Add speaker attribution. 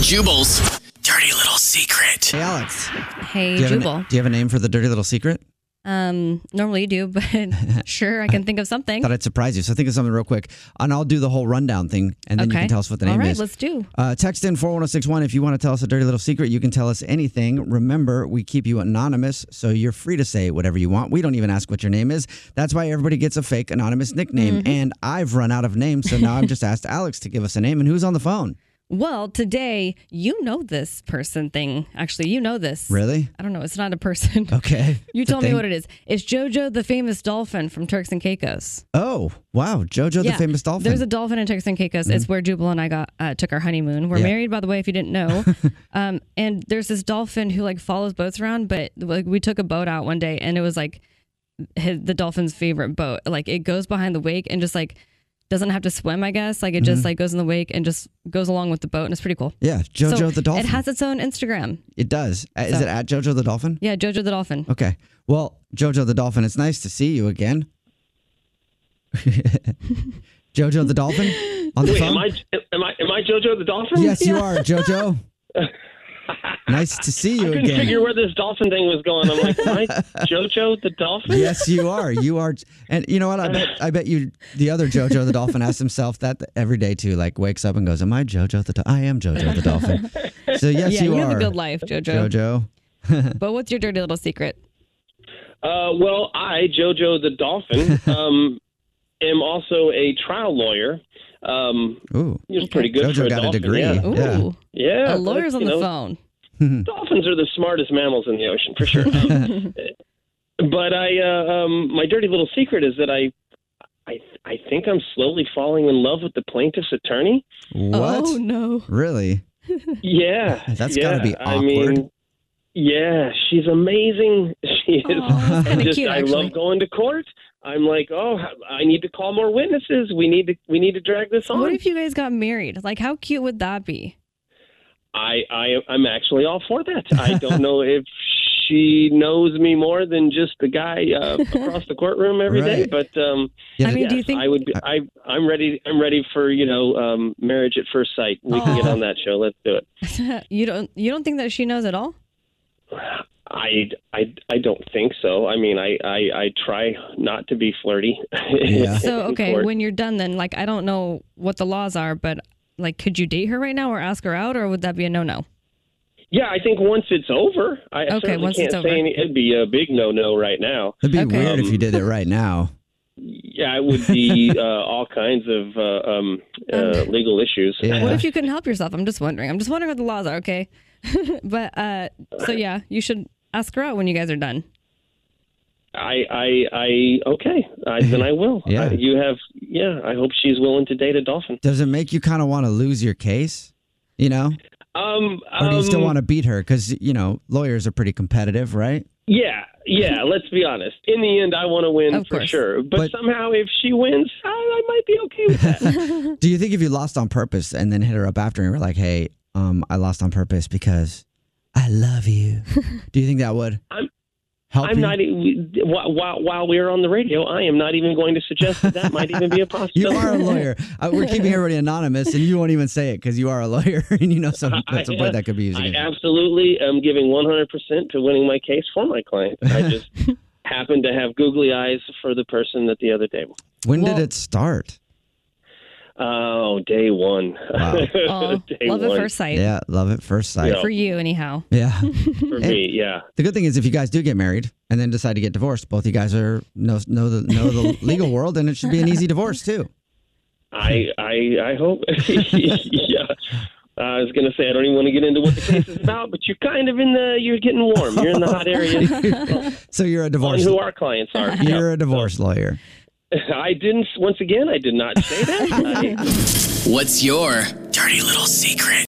Speaker 1: Jubal's dirty little secret.
Speaker 2: Hey, Alex.
Speaker 3: Hey,
Speaker 2: do, you have a na-
Speaker 3: Jubal.
Speaker 2: do you have a name for the dirty little secret?
Speaker 3: Um, normally you do, but sure, I can think of something.
Speaker 2: Thought I'd surprise you. So think of something real quick, and I'll do the whole rundown thing, and then you
Speaker 3: Okay.
Speaker 2: can tell us what the
Speaker 3: All
Speaker 2: name
Speaker 3: right,
Speaker 2: is.
Speaker 3: let's do.
Speaker 2: Uh, text in 41061 if you want to tell us a dirty little secret. You can tell us anything. Remember, we keep you anonymous, so you're free to say whatever you want. We don't even ask what your name is. That's why everybody gets a fake anonymous nickname.
Speaker 3: Mm-hmm.
Speaker 2: And I've run out of names, so now I've just asked Alex to give us a name. And who's on the phone?
Speaker 3: Well, today you know this person thing. Actually, you know this.
Speaker 2: Really?
Speaker 3: I don't know. It's not a person.
Speaker 2: Okay.
Speaker 3: You
Speaker 2: It's a
Speaker 3: told me
Speaker 2: thing.
Speaker 3: what it is. It's JoJo the famous dolphin from Turks and Caicos.
Speaker 2: Oh, wow. JoJo, the famous dolphin. Mm.
Speaker 3: There's a dolphin in Turks and Caicos. It's where Jubal and I got uh, took our honeymoon. We're
Speaker 2: Yeah.
Speaker 3: married, by the way, if you didn't know. um, and there's this dolphin who like follows boats around. But like we took a boat out one day, and it was like his, the dolphin's favorite boat. Like it goes behind the wake and just like doesn't have to swim. I guess like it
Speaker 2: Mm-hmm.
Speaker 3: just like goes in the wake and just goes along with the boat, and it's pretty cool.
Speaker 2: yeah, JoJo
Speaker 3: So
Speaker 2: the dolphin.
Speaker 3: It has its own Instagram.
Speaker 2: It does. Uh, Is
Speaker 3: So-
Speaker 2: it at JoJo the dolphin?
Speaker 3: Yeah, JoJo the dolphin.
Speaker 2: Okay. Well, JoJo the dolphin, it's nice to see you again. JoJo the dolphin on the
Speaker 4: Wait,
Speaker 2: phone.
Speaker 4: am I, am I am I JoJo the dolphin?
Speaker 2: Yes, you are, JoJo. nice to see
Speaker 4: I
Speaker 2: you
Speaker 4: couldn't
Speaker 2: again.
Speaker 4: figure where this dolphin thing was going. I'm like, am I JoJo the dolphin?
Speaker 2: Yes, you are. You are, and you know what? I bet I bet you the other JoJo the dolphin asks himself that every day too. Like wakes up and goes, "Am I JoJo the? Do- I am JoJo the dolphin." So yes,
Speaker 3: yeah, you,
Speaker 2: you, are.
Speaker 3: have a good life, JoJo.
Speaker 2: JoJo.
Speaker 3: But what's your dirty little secret?
Speaker 4: Uh, well, I JoJo the dolphin um, am also a trial lawyer. Um,
Speaker 2: Ooh,
Speaker 4: it was pretty good
Speaker 2: JoJo
Speaker 4: for a
Speaker 2: got a
Speaker 4: dolphin,
Speaker 2: degree.
Speaker 4: Yeah,
Speaker 3: Ooh,
Speaker 2: Yeah.
Speaker 4: yeah
Speaker 3: a
Speaker 4: but,
Speaker 3: lawyer's on
Speaker 4: you
Speaker 3: the
Speaker 4: know,
Speaker 3: phone.
Speaker 4: Dolphins are the smartest mammals in the ocean for sure. Um, but I, uh, um, my dirty little secret is that I, I, I think I'm slowly falling in love with the plaintiff's attorney.
Speaker 2: what?
Speaker 3: Oh no.
Speaker 2: Really?
Speaker 4: Yeah,
Speaker 2: That's
Speaker 4: yeah.
Speaker 2: gotta be
Speaker 4: I
Speaker 2: awkward.
Speaker 4: mean, yeah, she's amazing. She is.
Speaker 3: Aw, that's
Speaker 4: And
Speaker 3: kinda
Speaker 4: just,
Speaker 3: cute,
Speaker 4: I
Speaker 3: actually.
Speaker 4: love going to court. I'm like, oh, I need to call more witnesses. We need to, we need to drag this on.
Speaker 3: What if you guys got married? Like, how cute would that be?
Speaker 4: I, I, I'm actually all for that. I don't know if she knows me more than just the guy uh, across the courtroom every day,
Speaker 2: Right.
Speaker 4: but um,
Speaker 2: Yeah,
Speaker 3: I mean,
Speaker 4: yes,
Speaker 3: do you think?
Speaker 4: I would? Be, I, I'm ready. I'm ready for you know, um, marriage at first sight. We can get
Speaker 3: Aw.
Speaker 4: on that show. Let's do it.
Speaker 3: you don't. You don't think that she knows at all?
Speaker 4: I, I, I don't think so. I mean, I, I, I try not to be flirty.
Speaker 2: Yeah.
Speaker 3: So
Speaker 4: In
Speaker 3: okay,
Speaker 4: court.
Speaker 3: when you're done, then like, I don't know what the laws are, but like, could you date her right now or ask her out, or would that be a no-no?
Speaker 4: yeah, I think once it's over, I
Speaker 3: Okay,
Speaker 4: certainly
Speaker 3: once
Speaker 4: can't
Speaker 3: it's
Speaker 4: say
Speaker 3: over.
Speaker 4: any, it'd be a big no-no right now.
Speaker 2: It'd be
Speaker 3: Okay.
Speaker 2: weird
Speaker 4: Um,
Speaker 2: if you did it right now.
Speaker 4: Yeah, it would be uh, all kinds of uh, um, uh, legal issues.
Speaker 2: Yeah.
Speaker 3: What if you couldn't help yourself? I'm just wondering. I'm just wondering what the laws are. Okay, but uh, so yeah, you should ask her out when you guys are done.
Speaker 4: I, I, I, okay, I, then I will.
Speaker 2: Yeah.
Speaker 4: I- you have, yeah. I hope she's willing to date a dolphin.
Speaker 2: Does it make you kind of want to lose your case? You know,
Speaker 4: Um,
Speaker 2: or do you still
Speaker 4: um,
Speaker 2: want to beat her? Because you know, lawyers are pretty competitive, right?
Speaker 4: Yeah, yeah. Let's be honest. In the end, I want to win
Speaker 3: Of
Speaker 4: for
Speaker 3: course.
Speaker 4: sure. But,
Speaker 2: But-
Speaker 4: somehow, if she wins, I, I might be okay with that.
Speaker 2: Do you think if you lost on purpose and then hit her up after and were like, "Hey, um, I lost on purpose because I love you," do you think that would
Speaker 4: I'm-
Speaker 2: help
Speaker 4: I'm
Speaker 2: you?
Speaker 4: not. e- While while- while we are on the radio, I am not even going to suggest that that might even be a
Speaker 2: you
Speaker 4: possibility.
Speaker 2: are a lawyer. Uh, we're keeping everybody anonymous, and you won't even say it because you are a lawyer and you know some,
Speaker 4: I-
Speaker 2: at some point that could be used
Speaker 4: I
Speaker 2: against you.
Speaker 4: absolutely am giving 100 percent to winning my case for my client. I just happen to have googly eyes for the person that the other day. was.
Speaker 2: When
Speaker 3: Well-
Speaker 2: did it start?
Speaker 4: Oh, day one.
Speaker 2: Wow.
Speaker 3: Oh,
Speaker 4: day
Speaker 3: love at
Speaker 4: one
Speaker 3: first sight
Speaker 2: Yeah, love at first sight.
Speaker 4: Yeah.
Speaker 3: for you, anyhow.
Speaker 2: Yeah.
Speaker 4: for me. Yeah.
Speaker 2: The good thing is, if you guys do get married and then decide to get divorced, both you guys are know know the know the legal world, and it should be an easy divorce too.
Speaker 4: I I I hope. yeah. I was gonna say I don't even want to get into what the case is about, but you're kind of in the you're getting warm. You're in the hot area
Speaker 2: So you're a
Speaker 4: on
Speaker 2: divorce.
Speaker 4: who our clients are.
Speaker 2: You're a divorce lawyer.
Speaker 4: I didn't. Once again, I did not say that. I,
Speaker 1: What's your dirty little secret?